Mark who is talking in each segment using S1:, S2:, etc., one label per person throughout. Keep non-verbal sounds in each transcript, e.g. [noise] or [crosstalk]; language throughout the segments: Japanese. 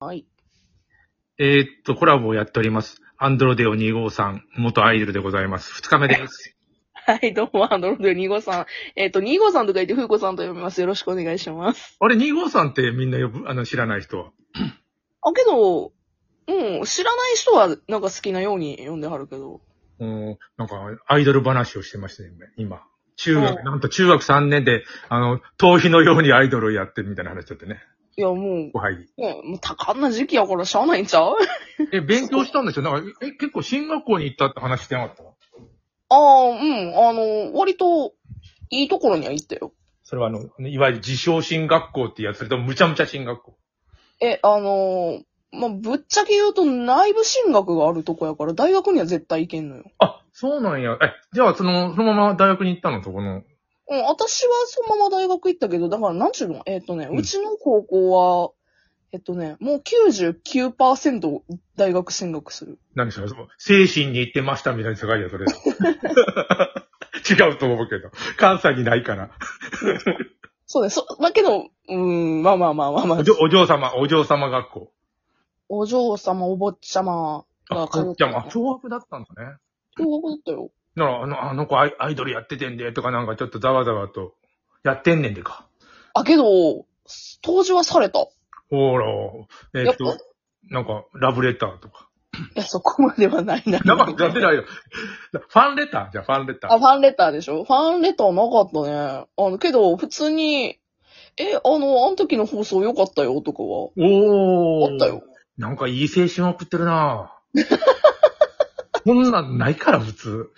S1: はい。
S2: えーっと、コラボをやっております。アンドロデオ2 5 3元アイドルでございます。二日目です。
S1: はい、どうも、アンドロイド2号さん。えっ、と、2号さんと書いて、フーコさんと読みます。よろしくお願いします。
S2: あれ、2 5 3ってみんな呼ぶ、あの、知らない人は。
S1: あ、けど、うん、知らない人は、なんか好きなように読んではるけど。
S2: うん、なんか、アイドル話をしてましたね、今。中
S1: う
S2: 学、
S1: ん
S2: なんと中学3年で、あの、逃避のようにアイドルをやってるみたいな話だってね。
S1: いや、も
S2: ごはい。
S1: う、ね、もう多感な時期やからしゃあないんちゃう [laughs]
S2: え、勉強したんでしょなんか、え、結構進学校に行ったって話してなかった
S1: ああ、うん、あの、割と、いいところには行ったよ。
S2: それはあの、いわゆる自称進学校ってやつ、それともむちゃむちゃ進学校。
S1: え、あの、まあ、ぶっちゃけ言うと、内部進学があるとこやから、大学には絶対行けんのよ。
S2: あ、そうなんや。え、じゃあ、その、そのまま大学に行ったのそこの。
S1: うん、私はそのまま大学行ったけど、だからなんちゅうのえっ、とね、
S2: うん
S1: うちの高校は、えっとね、もう99%大学進学する。
S2: 何それ、その精神に行ってましたみたいな世界だよ、それ。 [laughs] 違うと思うけど。関西にないから。
S1: そうね、そ、まあ、けど、うーん、まあまあまあまあま
S2: お
S1: あ
S2: 嬢、お嬢様、お嬢様学校。
S1: お嬢様、お坊ちゃま
S2: あ
S1: が、通っ
S2: じ
S1: て
S2: ゃあ、まあ、
S1: た。
S2: 小学だったんだね。
S1: 共学だったよ。
S2: だから、あの、あの子アイアイドルやっててんで、とかなんかちょっとざわざわと、やってんねんでか。
S1: あ、けど、当時はされた。
S2: ほら、えっ
S1: やっ
S2: と、なんか、ラブレターとか。
S1: いや、そこまではないな。
S2: なんか、やってないよ。ファンレターじゃあファンレタ
S1: あ、
S2: ー。
S1: ファンレターでしょファンレターなかったね。あの、けど、普通に、え、あの、あの時の放送良かったよ、とかは。
S2: おー。
S1: あったよ。。
S2: なんかいい青春を送ってるなぁ。 [laughs] そんなんないから、普通。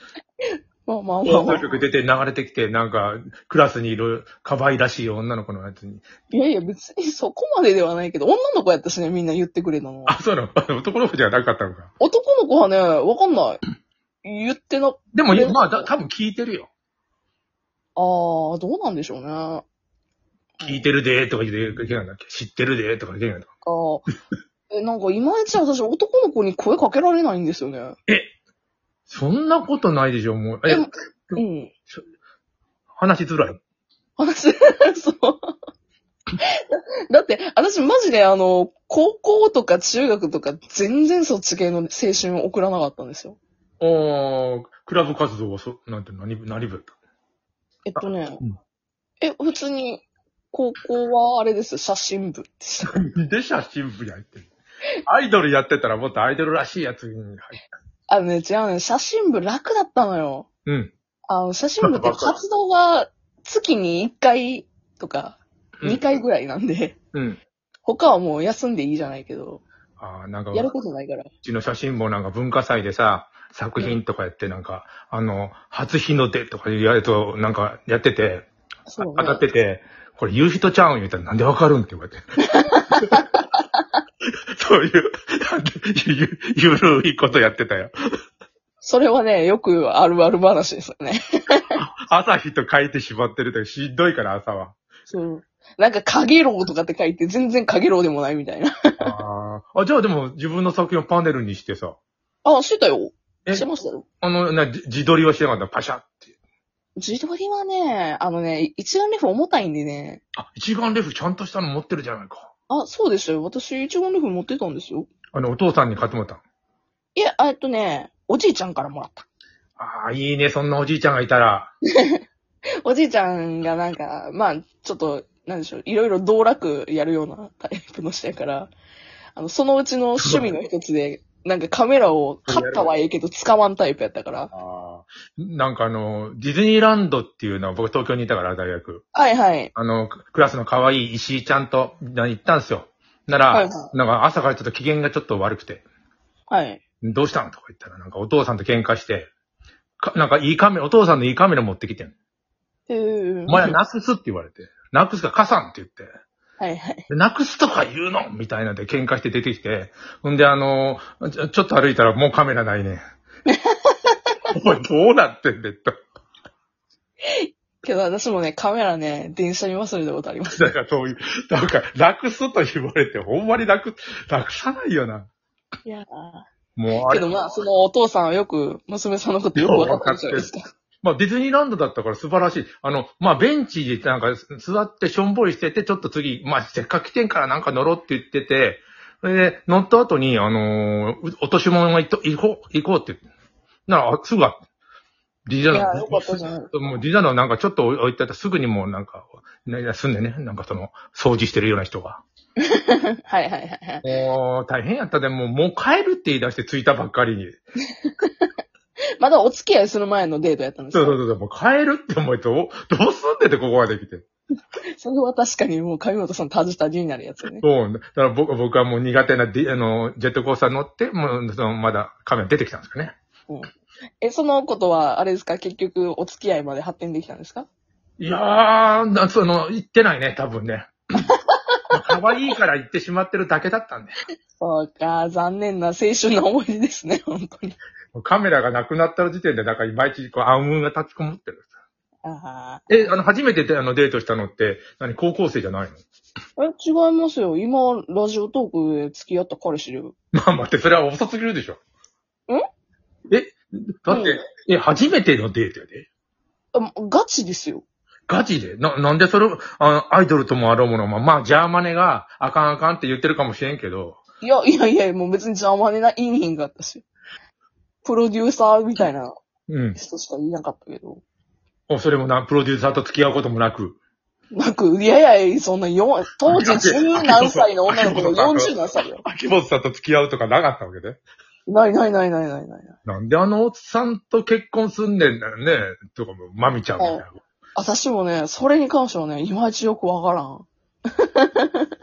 S1: まあまあまあ
S2: 放
S1: まあ
S2: 送。局出て流れてきて、なんか、クラスにいる可愛らしい女の子のやつに。
S1: いやいや、別にそこまでではないけど、女の子やったしね、みんな言ってくれたの。
S2: あ、そうなの [laughs] 男の子じゃなかったのか。
S1: 男の子はね、わかんない。言ってな、あ
S2: でも
S1: え、
S2: まあ、だ多分聞いてるよ。
S1: ー、どうなんでしょうね。あ
S2: 聞いてるでーとか言っていけないんだっけ知ってるでーとか言っていけないんだ
S1: ーえ、なんかいまいち私男の子に声かけられないんですよね。
S2: そんなことないでしょ、もう。え
S1: で、も、うん。
S2: 話しづらい。
S1: 話、 [laughs] そう。だって、私マジであの、高校とか中学とか全然そっち系の青春を送らなかったんですよ。
S2: おー、クラブ活動はそ、なんて、何部、何部だった
S1: えっとね
S2: うん、
S1: え、普通に、高校はあれですよ、写真部でした。
S2: なんで写真部や
S1: [laughs]
S2: ってるアイドルやってたらもっとアイドルらしいやつに入って。
S1: あのね、違うね、写真部楽だったのよ。
S2: うん。
S1: あの、写真部って活動が月に1回とか、
S2: うん
S1: 2回ぐらいなんで、 [laughs]
S2: うん。
S1: 他はもう休んでいいじゃないけど、
S2: ああ、なんか、
S1: やる
S2: う
S1: ことないから。
S2: ちの写真もなんか文化祭でさ、作品とかやってなんか、あの、初日の出とかいうやつをなんかやってて、
S1: そうね。
S2: 当たってて、これ言う人ちゃうん言うたらなんでわかるんって言われ
S1: [laughs]
S2: て。そういう、なんでゆ、ゆるいことやってたよ。
S1: それはね、よくあるある話ですよね。
S2: 朝日と書いてしまってるってしんどいから朝
S1: [laughs]
S2: は。
S1: そう。なんか、影楼とかって書いて、全然影楼でもないみたいな。 [laughs]
S2: あーあ、じゃあでも自分の作品をパネルにしてさ、
S1: あ、してたよ。
S2: え
S1: してましたよ。
S2: あの、な、じ自撮りはしてなかった。パシャって。
S1: 自撮りはね、あのね、一眼レフ重たいんでね。
S2: あ、一眼レフちゃんとしたの持ってるじゃないか。
S1: あ、そうでしたよ。私、一眼レフ持ってたんですよ。
S2: あの、お父さんに買ってもらったの。
S1: いや、えっとね、おじいちゃんからもらった。
S2: ああ、いいね、そんなおじいちゃんがいたら。
S1: おじいちゃんがなんか、まあ、ちょっと、なんでしょう、いろいろ道楽やるようなタイプの人やから、あの、そのうちの趣味の一つで、なんかカメラを買ったはいいけど使わんタイプやったから。
S2: ああ。なんかあの、ディズニーランドっていうのは僕東京にいたから、大学。
S1: はいはい。
S2: あの、ククラスの可愛い石井ちゃんとな行ったんですよ。なら、
S1: はいは
S2: なんか朝からちょっと機嫌がちょっと悪くて、
S1: はい。
S2: どうしたのとか言ったら、なんかお父さんと喧嘩して、かなんかいいカメラ、お父さんのいいカメラ持ってきてん。
S1: えー
S2: お前はなくすって言われて、なくすか貸さんって言って。
S1: はいはい。
S2: でなくすとか言うのみたいなんで喧嘩して出てきて。ほんで、あのーちょ、ちょっと歩いたらもうカメラないね。 [laughs] お前どうなってんねんと。
S1: けど私もね、カメラね、電車に忘れたことあります。 [laughs]
S2: だからそういう、なんか、なくすと言われて、ほんまになく、なくさないよな。
S1: いやー
S2: もうあ
S1: け
S2: れ
S1: ど、まあ、そのお父さんはよく、娘さんのことよくわかってるじゃないですか。
S2: まあディズニーランドだったから素晴らしい。あの、まあベンチでなんか座ってしょんぼりしてて、ちょっと次、まあせっかく来てんからなんか乗ろうって言ってて、それで、乗った後に、あのーう落とし物が行っと行こう、行こうって。なら、あすぐあ、ディザ
S1: い
S2: ー
S1: や、
S2: ナ
S1: よかったじゃん。
S2: もうディザーナなんかちょっと置いてあったらすぐにもうなんか、休んでね、なんかその、掃除してるような人が。
S1: [laughs] はいはいはいはい。
S2: もう、大変やったでも、もう帰るって言い出して着いたばっかりに。
S1: まだお付き合いする前のデートやったんです
S2: そう
S1: よ。
S2: そうそうそう、もう帰るって思えて、おどうすんでてここまで来て。
S1: それは確かにもう上本さんと外したになるやつ
S2: [laughs]
S1: よね。
S2: そう、だから僕僕はもう苦手なディ、あの、ジェットコースター乗って、もう、その、まだカメラ出てきたんですよね。
S1: え、そのことは、あれですか結局お付き合いまで発展できたんですか
S2: いやー、なその、行ってないね、多分 [laughs] ね。可愛いから行ってしまってるだけだったんで。
S1: そうか、残念な青春の思い出ですね、 [laughs] 本当に。
S2: もうカメラがなくなった時点で、なんか、いまいち、こう、暗雲が立ちこもってる。
S1: ああ。
S2: え、あの、初めてであのデートしたのって、何、高校生じゃないの
S1: え、違いますよ。今、ラジオトークで付き合った彼氏いる。
S2: まあ待って、それは遅すぎるでしょ。
S1: ん
S2: え、だって、え、初めてのデートやで。
S1: あもうガチですよ。
S2: ガチでな、なんでそれ、あアイドルともあろうものまあ、まあ、ジャーマネが、あかんあかんって言ってるかもしれんけど、
S1: いや、いやいや、もう別に邪魔ねないいひんかったし。プロデューサーみたいな
S2: うん。
S1: 人しかいなかったけど。
S2: おそれもな、プロデューサーと付き合うこともなく。
S1: なんか、いやいや、そんな、よ、当時10何歳の女の子が40何歳よ。 [laughs]
S2: 秋元さんと付き合うとかなかったわけで。
S1: ないないないないないない。
S2: なんであのおっさんと結婚すんねんだよね、とかも、まみちゃんみたいな。
S1: 私もね、それに関してはね、いまいちよくわからん。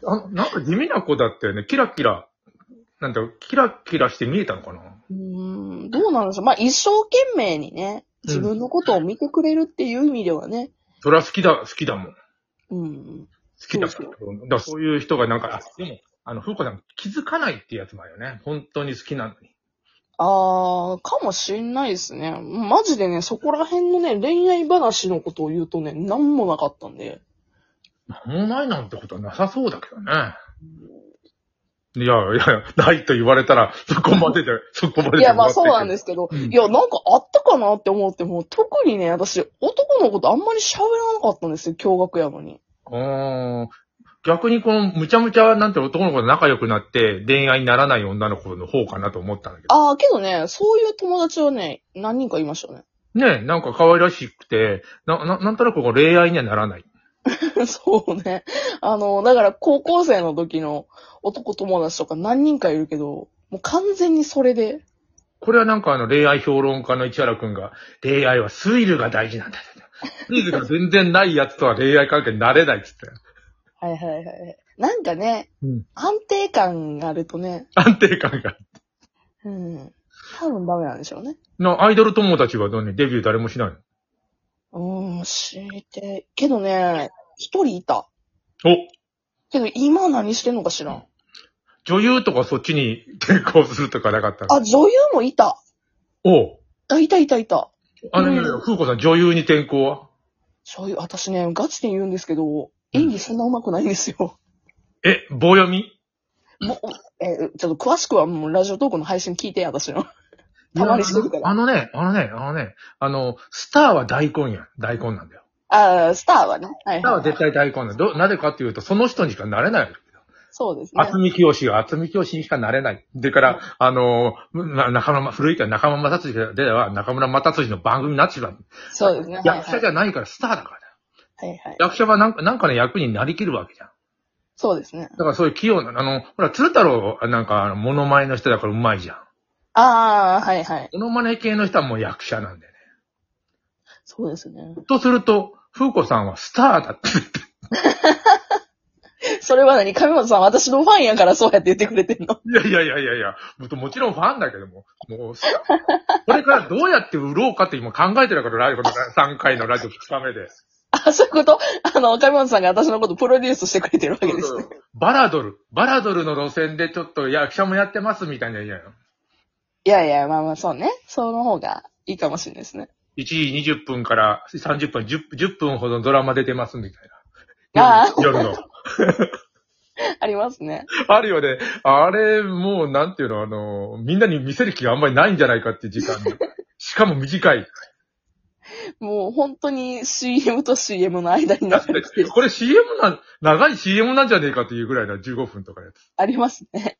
S2: あの、なんか地味な子だったよね。キラキラ、なんだろう、キラキラして見えたのかな
S1: うーん、どうなんでしょう。まあ、一生懸命にね、自分のことを見てくれるっていう意味ではね。
S2: それは好きだ、好きだもん。好
S1: うん。
S2: きだから。だからそういう人がなんか、あでも、あの、風子さん気づかないっていうやつもあるよね。本当に好きなのに。
S1: あー、かもしんないですね。マジでね、そこら辺のね、恋愛話のことを言うとね、なんもなかったんで。
S2: なんもないなんてことはなさそうだけどね。いやいや、ないと言われたら、そこまでで、そこまでで。
S1: いや、まあそうなんですすけど、
S2: うん
S1: いや、なんかあったかなって思っても、特にね、私、男のことあんまり喋らなかったんですよ、驚愕やのに。
S2: うーん。逆にこの、むちゃむちゃなんて男の子と仲良くなって、恋愛にならない女の子の方かなと思ったんだけど。
S1: あー、けどね、そういう友達はね、何人かいましたね。
S2: ねえ、なんか可愛らしくて、な、ななんとなくこう恋愛にはならない。
S1: [laughs] そうね。あの、だから高校生の時の男友達とか何人かいるけど、もう完全にそれで。
S2: これはなんかあの恋愛評論家の市原くんが、恋愛はスリルが大事なんだって。スリルが全然ないやつとは恋愛関係になれないっつって。
S1: はいはいはいはい。なんかね、
S2: うん
S1: 安定感があるとね、
S2: 安定感が。
S1: うん。多分ダメなんでしょうね。
S2: の、アイドル友達はどうね、デビュー誰もしないう
S1: ーん、知りてえ。けどね、一人いた。
S2: の。お
S1: けど今何してんのか知らん。
S2: 女優とかそっちに転校するとかなかったの
S1: あ、女優もいた。
S2: おう
S1: あ、いたいたいた。
S2: あの、
S1: うん
S2: いやいや風子さん女優に転校は
S1: そういう、私ね、ガチで言うんですけど、演技そんな上手くないんですよ。
S2: え、棒読み
S1: もう、えー、ちょっと詳しくはもうラジオトークの配信聞いて、私の。たまにしてるから
S2: あのね、あのね、あのね、あの、スターは大根や。大根なんだよ。
S1: ああ、スターはね。はい
S2: スター
S1: は、
S2: はい絶対大根だよ。どなぜかっていうと、その人にしかなれない。
S1: そうですね。
S2: 厚み清が厚み清にしかなれない。でから、あのー、な中村、古いから中村正辻では中村正辻の番組になっちまう。
S1: そうですね。はい
S2: 役
S1: は
S2: 者
S1: い
S2: じ。ゃないからスターだからだよ。
S1: はいはい、
S2: 役者はなんかなんかの役になりきるわけじゃん。
S1: そうですね。
S2: だからそういう器用な、あの、ほら、鶴太郎なんかあのモノマネの人だからうまいじゃん。
S1: ああ、はいはい。
S2: モノマネ系の人はもう役者なんだよね。
S1: そうですね。
S2: とすると、風子さんはスターだって。
S1: それは何上本さん、私のファンやからそうやって言ってくれてんの。
S2: [laughs]
S1: [laughs]
S2: いやいやいやいやいや、もっともちろんファンだけども、もうス
S1: [laughs]
S2: ター、これからどうやって売ろうかって今考えてるから、ライブの3回のラジオ2日目で。
S1: あ、そういうことあの、上本さんが私のことプロデュースしてくれてるわけですね。
S2: バラドル。バラドルの路線でちょっと役者もやってますみたいな言うの。
S1: いやいや、まあまあ、そうね。その方がいいかもしれないですね。
S2: 1時20分から30分、10, 10分ほどドラマ出てますみたい
S1: あ
S2: な
S1: あ。
S2: 夜夜の。
S1: ありますね。
S2: あるよね。あれ、もうなんていうの、あ
S1: [laughs]
S2: の、みんなに見せる気があんまりないんじゃないかっていう時間。しかも短い。
S1: もう本当に CM と CM の間に流れてる。
S2: これ CM なん、長い CM なんじゃねえかっていうぐらいな15分とかのやつ。
S1: ありますね。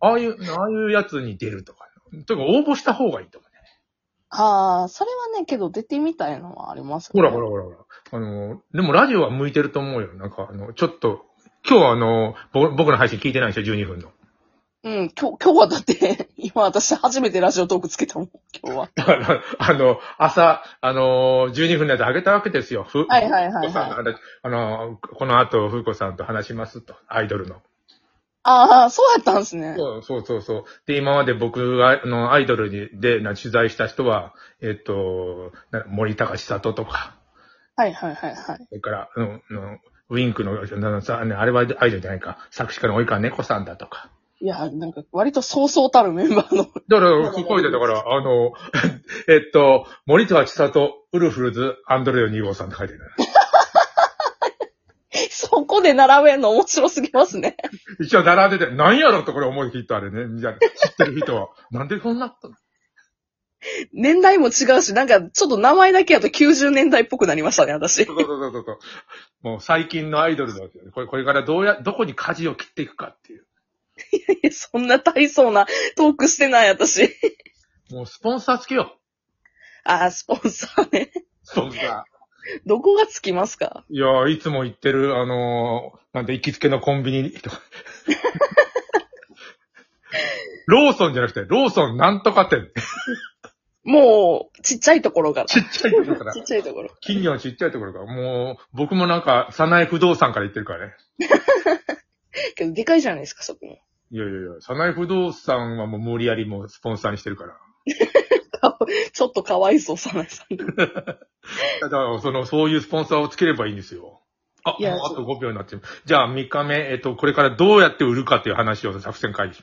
S2: ああいう、ああいうやつに出るとか。とか応募した方がいいと思うね。
S1: ああ、それはね、けど出てみたいのはあります
S2: ほらほらほらほら。あの、でもラジオは向いてると思うよ。なんかあの、ちょっと、今日はあの、ぼ僕の配信聞いてないでしょ、12分の。 [laughs]
S1: ら。うん、今日、今日はだって、 [laughs] 今私初めてラジオトークつけたもん、
S2: [laughs]
S1: 今日は。
S2: だから、あの、朝、あの、12分のやつあげたわけですよ。ふ
S1: はいはい
S2: ふ
S1: は
S2: うこ
S1: い、
S2: さんの
S1: はい。
S2: 話、あの、この後、ふうこさんと話しますと、アイドルの。
S1: ああ、そうやったんですね。
S2: そうそうそうそう。で、今まで僕が、あの、アイドルにでな取材した人は、えっと、な森高千里とか、
S1: はいはいはいはい。
S2: それから、うん、うんウィンクの、ななさあれはアイドルじゃないか、作詞家の及川猫さんだとか。
S1: いや、なんか割とそうそうたるメンバーの。 [laughs]
S2: だから、すごいで、だから、あの、 [laughs] えっと、森高千里、ウルフルズ、アンドレオ2号さんって書いてる。
S1: そこで並べんの面白すぎますね。 [laughs]
S2: 一応並んでて、なんやろってこれ思いきっとあれね。じゃあ知ってる人は。なんでこんなこと
S1: 年代も違うし、なんかちょっと名前だけやと90年代っぽくなりましたね、私。 [laughs]
S2: そうそうそうそうそう。もう最近のアイドルだよね。これ、これからどうや、どこに舵を切っていくかっていう。
S1: そんな大層なトークしてない、私。 [laughs]
S2: もうスポンサーつけよ
S1: あー、スポンサーね。 [laughs]
S2: う。スポンサー。
S1: どこがつきますか
S2: いやーいつも行ってる、あのー、なんて、行きつけのコンビ [laughs] ニとか。ローソンじゃなくて、ローソンなんとか店。
S1: もう、ちっちゃいところから。
S2: ちっちゃいところから
S1: ち。っちゃいところ。
S2: 金魚のちっちゃいところから。もう、僕もなんか、サナエ不動産から行ってるからね。
S1: けど、でかいじゃないですか、そこも。
S2: いやいやいや、サナエ不動産はもう無理やりもうスポンサーにしてるから。
S1: ちょっとかわいそう、サナエさん。
S2: だから、その、そういうスポンサーをつければいいんですよ。あ、
S1: いや
S2: もうあ
S1: そ
S2: と5秒になってる。じゃあ、3日目、えっと、これからどうやって売るかっていう話を作戦会議します